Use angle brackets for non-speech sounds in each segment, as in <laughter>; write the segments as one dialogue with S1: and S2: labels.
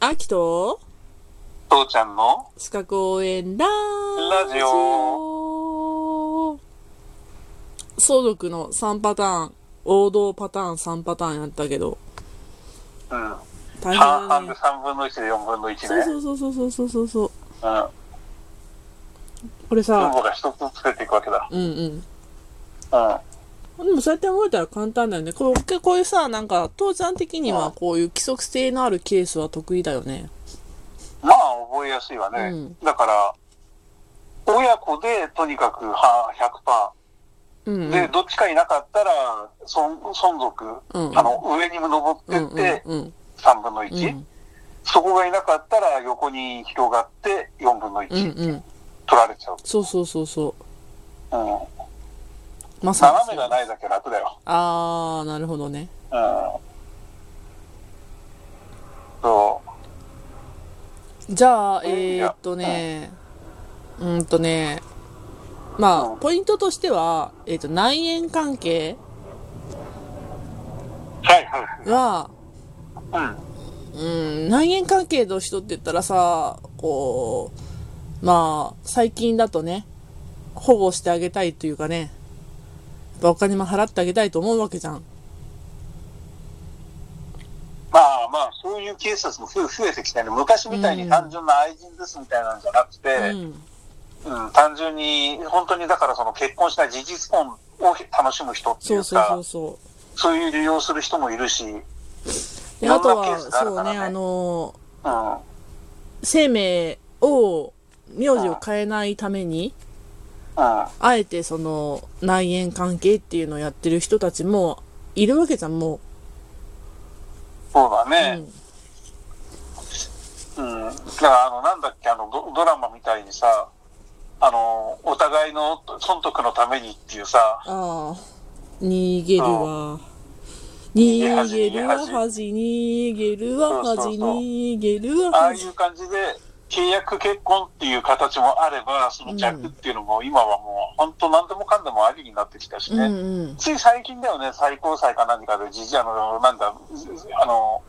S1: 秋と
S2: 父ちゃんの
S1: 四角応援ラ
S2: ラ
S1: ジ
S2: ジ
S1: オ相続の3パターン、王道パターン3パターンやったけど、
S2: うん。
S1: 大変
S2: 半
S1: だ
S2: 半で
S1: ね。
S2: 3分の1で4分の1ね。
S1: そうそうそうそうそうそうそう。
S2: うん。
S1: これ
S2: 分
S1: さ、
S2: 母が一つずつ増えていくわけだ。
S1: うんうん。
S2: う
S1: でもそうやって思えたら簡単だよね。こうこういうさ、なんか、父ちゃん的にはこういう規則性のあるケースは得意だよね。
S2: ん。まあ、覚えやすいわね。
S1: うん
S2: だから、親子でとにかくは
S1: うん、うん。
S2: 100%。で、どっちかいなかったら、孫孫族、
S1: うん
S2: あの、上に登って
S1: うん
S2: っ
S1: うん
S2: て
S1: うん。
S2: 3分の
S1: うんう
S2: 1。
S1: ん
S2: そこがいなかったら横に広がって4分の1、
S1: うんうん。
S2: 取られちゃう。
S1: そうそうそうそ
S2: うん。
S1: う。まさに
S2: 斜めがないだけ楽だよ。
S1: あー、なるほどね。
S2: うん。そ
S1: じゃあ、
S2: ん
S1: えー、っとね、うーんとね、ま
S2: う
S1: あ、
S2: ん
S1: ポイントとしては、えーっと、内縁関係
S2: う。はいはい。
S1: は、
S2: うん。
S1: うん、内縁関係の人って言ったらさ、こう、まあ、最近だとね、保護してあげたいというかね、やっぱお金も払ってあげたいと思うわけじゃん。
S2: まあまあ、そういうケースも増え増えてきてね、昔みたいに単純な愛人ですみたいなんじゃなくて、
S1: うん。
S2: うん単純に、本当にだからその結婚しない事実婚を楽しむ人ってい
S1: そうそ
S2: う
S1: うそ
S2: か
S1: う、そう。
S2: そういう利用する人もいるし、うん。
S1: で、
S2: いろ
S1: あ
S2: んな
S1: と
S2: ケ
S1: は、
S2: ースがある
S1: そ
S2: か
S1: う
S2: らね
S1: ね、あの、
S2: あ
S1: 生命を、名字を変えないために、
S2: あ
S1: あえてその内縁関係っていうのをやってる人たちもいるわけじゃん、も
S2: そうだ
S1: う。
S2: ね。うん。だから、あの、なんだっけ、あのド、ドラマみたいにさ、あの、お互いの損得のためにっていうさ、
S1: ああ、逃げるわ。逃げるわ、
S2: 逃げ恥
S1: 恥、逃げるわ、
S2: そう
S1: 恥、
S2: そうそう
S1: 逃げるわ、
S2: ああい
S1: 恥。
S2: う感じで、契約結婚っていう形もあれば、その逆っていうのも今はもう本当何でもかんでもありになってきたし
S1: うん
S2: ね。
S1: うん。
S2: つい最近だよね、最高裁か何かで、じじあの、なんだ、あの、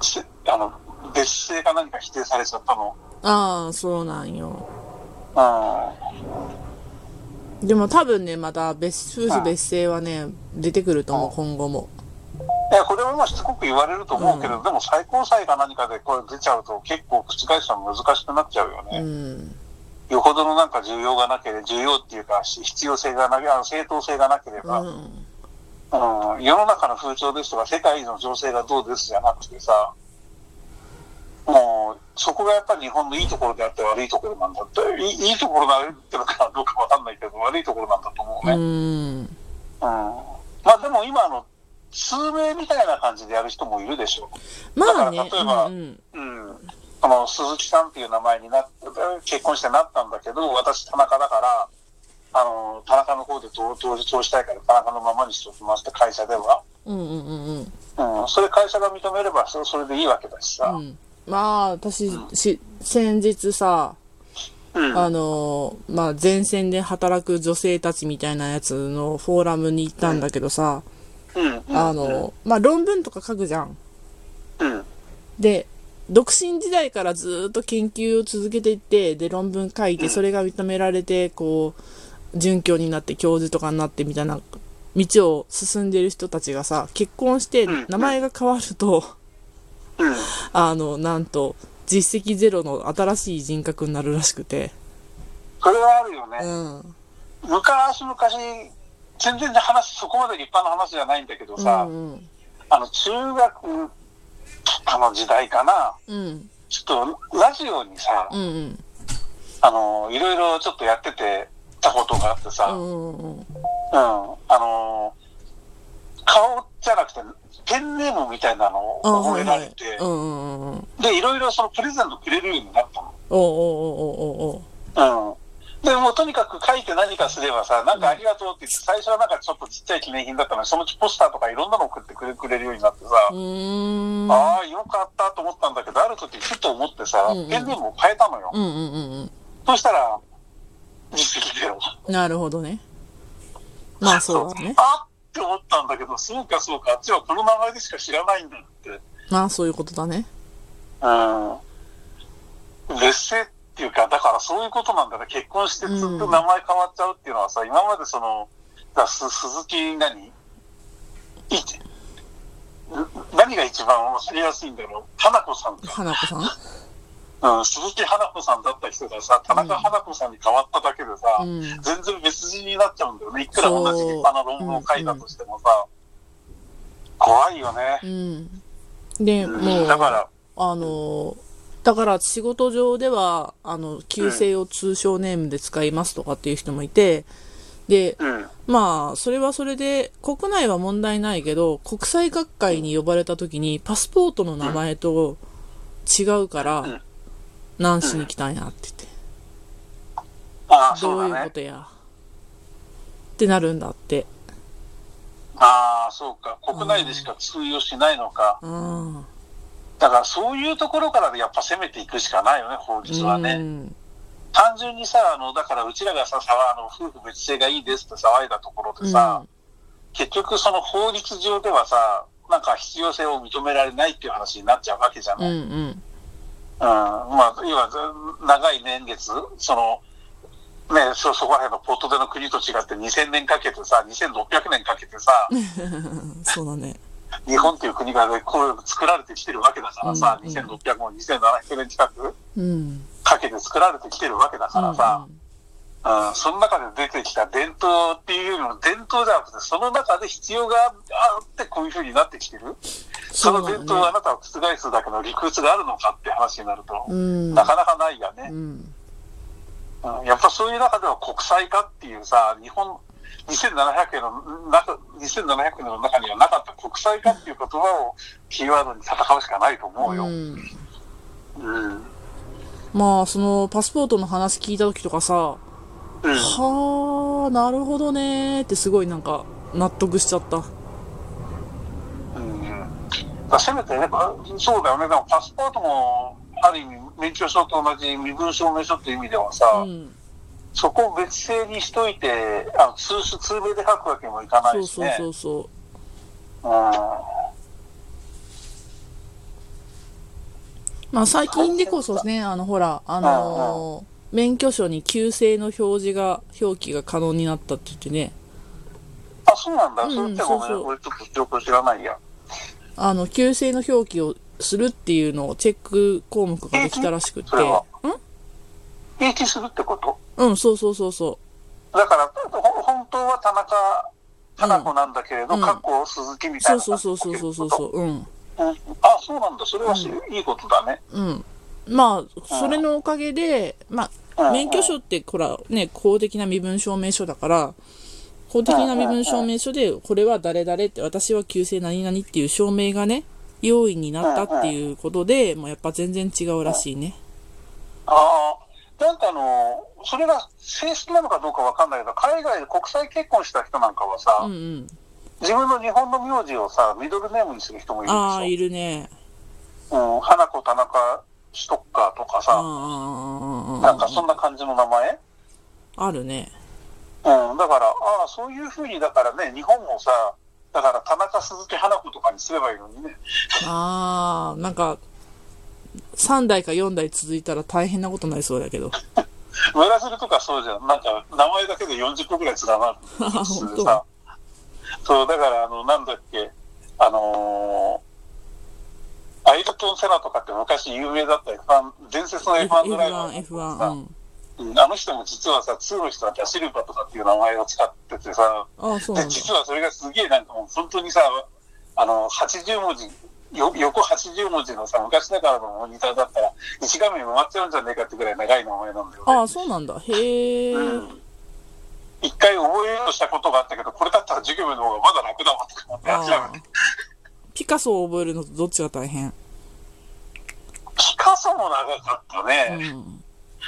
S2: せあの、別姓か何か否定されちゃったの。
S1: ああ、そうなんよ。
S2: う
S1: でも多分ね、また別、夫
S2: は
S1: 婦
S2: い
S1: 別姓はね、出てくると思う、今後も。
S2: ん。いや、これはまあしつこく言われると思うけど、でも最高裁か何かでこれ出ちゃうと結構覆すのは難しくなっちゃうよ
S1: う
S2: ね。
S1: ん。
S2: よほどのなんか需要がなければ、需要っていうかし必要性がなければ、正当性がなけれ
S1: う
S2: ば、
S1: ん。
S2: うん世の中の風潮ですとか、世界の情勢がどうですじゃなくてさ、もう、そこがやっぱり日本のいいところであって悪いところなんだって、いいいいところなってのかどうかわかんないけど、悪いところなんだと思
S1: う
S2: うね。うん。
S1: ん。
S2: まあでも今あの、通名みたいな感じでやる人もいるでしょ。
S1: まあね
S2: だ、から例えば
S1: うんうん。
S2: うん。あの、鈴木さんっていう名前になって、結婚してなったんだけど、私田中だから、あの、田中の方で同同時通したいから田中のままにしておきますって会社では。
S1: うんうんうんうん。
S2: うん、それ会社が認めればそそれでいいわけだし
S1: う
S2: さ。
S1: ん、まあ私し先日さ
S2: うん。
S1: あのーまあ、前線で働く女性たちみたいなやつのフォーラムに行ったんだけどさ、
S2: うん。
S1: あのーまあ、論文とか書くじゃん
S2: うん。
S1: で独身時代からずーっと研究を続けていってで論文書いてそれが認められてこう准教になって教授とかになってみたいな道を進んでる人たちがさ結婚して
S2: うん
S1: 名前が変わると <laughs>
S2: うん。
S1: あのなんと実績ゼロの新しい人格になるらしくて。
S2: それはあるよね。
S1: うん
S2: 昔々、全然話、そこまで立派な話じゃないんだけどさ、
S1: うんうん
S2: あの、中学あの時代かな、
S1: うん
S2: ちょっとラジオにさ、
S1: うんうん
S2: あの、いろいろちょっとやってて、たことがあってさ、
S1: う
S2: うん、
S1: んうん
S2: あの、顔じゃなくて、ペンネームみたいなのを
S1: あ
S2: 覚
S1: は
S2: え
S1: い
S2: ら
S1: は
S2: れ
S1: い
S2: て、
S1: うんうんうんうん
S2: で、いろいろそのプレゼントくれるようになったの。
S1: おおおうおうおうおう
S2: うん。でもうとにかく書いて何かすればさ、なんかありがとうって言って、最初はなんかちょっとちっちゃい記念品だったのに、そのうちポスターとかいろんなの送ってくれくれるようになってさ、
S1: おううーん
S2: ああ、よかったと思ったんだけど、ある時ふと思ってさ
S1: うんうん、
S2: ペンネームを変えたのよ。
S1: うんうんうん
S2: そしたら、実績ゼロ。
S1: うんなるほどねまあそうだね
S2: あって思ったんだけど、そうかそうか、あっちはこの名前でしか知らないんだって。
S1: まあそういうことだね
S2: うん。劣勢っていうか、だからそういうことなんだね。結婚してずっと名前変わっちゃうっていうのはさ、今までその、だからす鈴木何い何が一番わかりやすいんだろう花子さんか。
S1: 花子さん
S2: うん、鈴木花子さんだった人がさ、田中花子さんに変わっただけでさ、
S1: うん
S2: 全然別人になっちゃうんだよね。いくら同じ立派な論文を書いたとしてもさ、怖いよね。
S1: うん。で、もう、
S2: だから、
S1: あの、だから仕事上では、あの、旧姓を通称ネームで使いますとかっていう人もいて、で、
S2: うん、
S1: まあ、それはそれで、国内は問題ないけど、国際学会に呼ばれた時に、パスポートの名前と違うか
S2: ん
S1: ら、何しに来たんやって言って、
S2: ああ、
S1: ど
S2: そうう
S1: いう
S2: だ
S1: こ
S2: ね。
S1: とや、ってなるんだって。
S2: ああ、そうか。国内でしか通用しないのか。
S1: うん。
S2: だからそういうところからやっぱ攻めていくしかないよね、法律はね。
S1: うん。
S2: 単純にさ、あの、だからうちらがさ、さあの夫婦別姓がいいですって騒いだところでさ、結局その法律上ではさ、なんか必要性を認められないっていう話になっちゃうわけじゃ
S1: う
S2: ない。うん。
S1: んうん。
S2: まあ、要はず長い年月、その、ね、そ、そこら辺のポートでの国と違って2000年かけてさ、2600年かけてさ、
S1: <laughs> そうだね。
S2: 日本っていう国がね、こう作られてきてるわけだからさ、
S1: うんうん
S2: 2600も2700年近く
S1: うん。
S2: かけて作られてきてるわけだからさ、うん、その中で出てきた伝統っていうよりも伝統じゃなくて、その中で必要があってこういう風になってきてる。
S1: そ
S2: その
S1: う
S2: 伝
S1: だ
S2: 統をあ
S1: ね。
S2: なたを覆すだけの理屈があるのかって話になると、
S1: うん。
S2: なかなかないよ
S1: う
S2: ね、
S1: ん。
S2: うんやっぱそういう中では国際化っていうさ、日本、2700年の中、2700年の中にはなかった国際化っていう言葉をキーワードに戦うしかないと思うよ。
S1: うん
S2: うん。
S1: まあ、その、パスポートの話聞いた時とかさ、は
S2: うん
S1: あ、なるほどねーってすごいなんか、納得しちゃった。
S2: うんまあせめてね、まあそうだよね、でもパスポートも、ある意味、免許証と同じ身分証明書っていう意味ではさ、
S1: うん。
S2: そこを別姓にしといて、あの通書通名で書くわけにもいかな
S1: そ
S2: いうし
S1: そう
S2: ね。
S1: そうそ
S2: うん
S1: う。まあ、最近でこそね、あの、ほら、あのー免許証に旧姓の表示が、表記が可能になったって言ってね、
S2: あ、そうなんだ。
S1: ん
S2: それってごめ
S1: そ
S2: ん、
S1: うそう
S2: 俺ちょっと情報知らないや。
S1: あの、旧姓の表記をするっていうのをチェック項目ができたらしくって
S2: それは。
S1: ん
S2: 平気するってこと
S1: うん、そうそうそうそ
S2: だから、ほ本当は田中、花子なんだけれど、
S1: うん
S2: かっこ鈴木み
S1: う。
S2: た
S1: そ
S2: いうな。
S1: そうそうそうそうそうそう。うん。
S2: うんあ、そうなんだ。それはしいいことだね。
S1: うん。まあ、それのおかげで、ま
S2: うんう
S1: あ、
S2: ん
S1: 免許証って、ほら、ね、公的な身分証明書だから、公的な身分証明書で、これは誰々って、私は旧姓何々っていう証明がね、用意になったっていうことで、もうやっぱ全然違うらしいね。
S2: ああ、なんかあの、それが正式なのかどうかわかんないけど、海外で国際結婚した人なんかはさ、
S1: うんうん。
S2: 自分の日本の名字をさ、ミドルネームにする人もいる
S1: ああ、
S2: んで
S1: いるね。
S2: すよ。うん、花子、田中、ストッカーとか
S1: ああ
S2: さ、
S1: ああ、あ
S2: なんかそんな感じの名前
S1: あ、あるね。
S2: うん、だから、ああ、そういうふうに、だからね、日本もさ、だから田中鈴木花子とかにすればいいのにね。
S1: ああ、なんか、3代か4代続いたら大変なことになりそうだけど。
S2: ブラジルとかそうじゃん。なんか、名前だけで40個ぐらい連なる。
S1: ああ、
S2: 普
S1: <laughs> 本
S2: 通
S1: 当。
S2: さ。そう、だから、あの、なんだっけ、あのー、アイルトン・セナとかって昔有名だった F1、伝説の F1 ドライバー
S1: F1、
S2: さ
S1: F1、うん。
S2: うんあの人も実はさ、通の人はダシルバとかっていう名前を使っててさ、
S1: ああ、そう
S2: で
S1: なんだ。
S2: 実はそれがすげえなんかもう本当にさあの80文字よ横80文字のさ昔ながらのモニターだったら1画面埋まっちゃうんじゃねえかってぐらい長い名前なんだよね
S1: ああ、そうなんだ。へえ。
S2: うん一回覚えようとしたことがあったけどこれだったら授業の方がまだ楽だわとか思って
S1: あ
S2: 諦
S1: あ
S2: めて。
S1: ピカソを覚えるのとどっちが大変
S2: ピカソも長かった
S1: う
S2: ね、
S1: ん。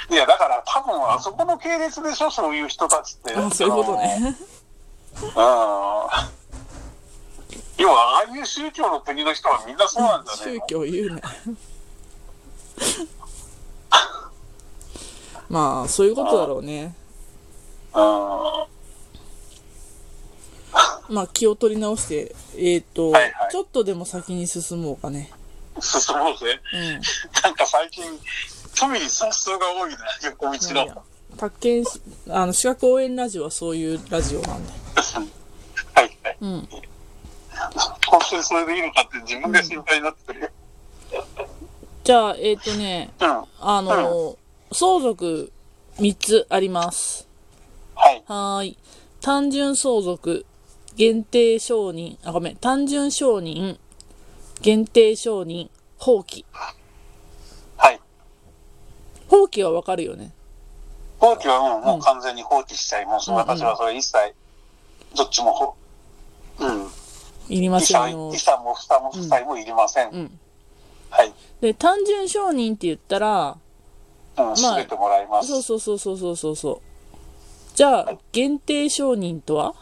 S2: いやだから多分あそこの系列でしょそういう人たちって
S1: ああ、そういうことね。
S2: うん要はああいう宗教の国の人はみんなそうなんじゃねえ
S1: 宗
S2: の
S1: 教言うね。 <laughs> まあ、そういうことだろうね。
S2: うん
S1: まあ、気を取り直して、えっ、と、
S2: はいはい
S1: ちょっとでも先に進もうかね。
S2: 進もうぜ。
S1: うん
S2: なんか最近、富に雑草が多いな、横道
S1: いやいや
S2: の。
S1: 宅建しあの資格応援ラジオはそういうラジオなんだよ
S2: はいはい。
S1: ん
S2: 本当にそれでいいのかって自分が心配になってるよ。
S1: じゃあえっ、とね
S2: うん。は
S1: あの、相続3つあります
S2: い。
S1: はーい単純相続限定承認あごめん単純承認限定承認放棄
S2: はい。
S1: 放棄はわかるよね
S2: 放棄はもう,、もう完全に放棄しちゃいます。私はそれ一切、どっちもほ、うん。
S1: いりま
S2: 遺
S1: せん
S2: 産
S1: よ
S2: 遺産も負担も負債もいりません。
S1: ん
S2: はい。
S1: で単純承認って言ったら
S2: うん、すべてもらいます。
S1: そうそうそうそうそうそうそうじゃあ限定承認とは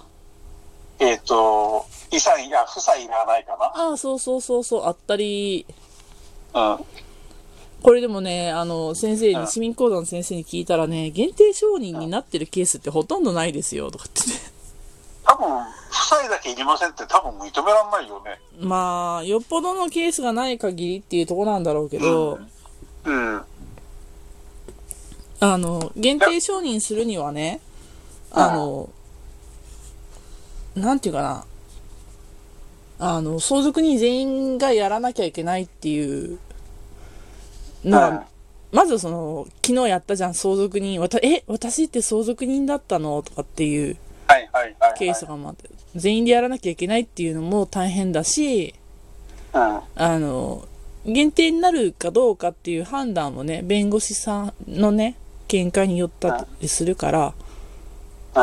S2: えっ、と、遺産や負債いらないか
S1: ああそうそうそうそうあったり
S2: な。うん。
S1: これでもね、あの、先生
S2: う
S1: に、
S2: ん
S1: 市民講座の先生に聞いたらね、限定承認になってるケースってほとんどないですよ、とかってね。
S2: 多分、負債だけいりませんって多分認めらんないよね。
S1: まあ、よっぽどのケースがない限りっていうとこなんだろうけど、
S2: うん。
S1: あの、限定承認するにはね、あの、なんていうかな、あの、相続人全員がやらなきゃいけないっていうの
S2: うん
S1: が、まずその、昨日やったじゃん、相続人。わたえ、私って相続人だったのとかっていう。
S2: はいはいはい、はい。
S1: ケースがまあ全員でやらなきゃいけないっていうのも大変だし、
S2: うん。
S1: あの、限定になるかどうかっていう判断もね、弁護士さんのね、見解によったりするから、
S2: うん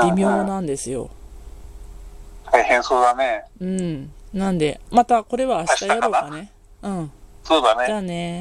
S1: 微妙
S2: うん
S1: なんですよ。
S2: 大変そうだね。
S1: うん。なんで、またこれは明日やろうかね。うん。
S2: そうだ
S1: じゃ
S2: ね。
S1: あね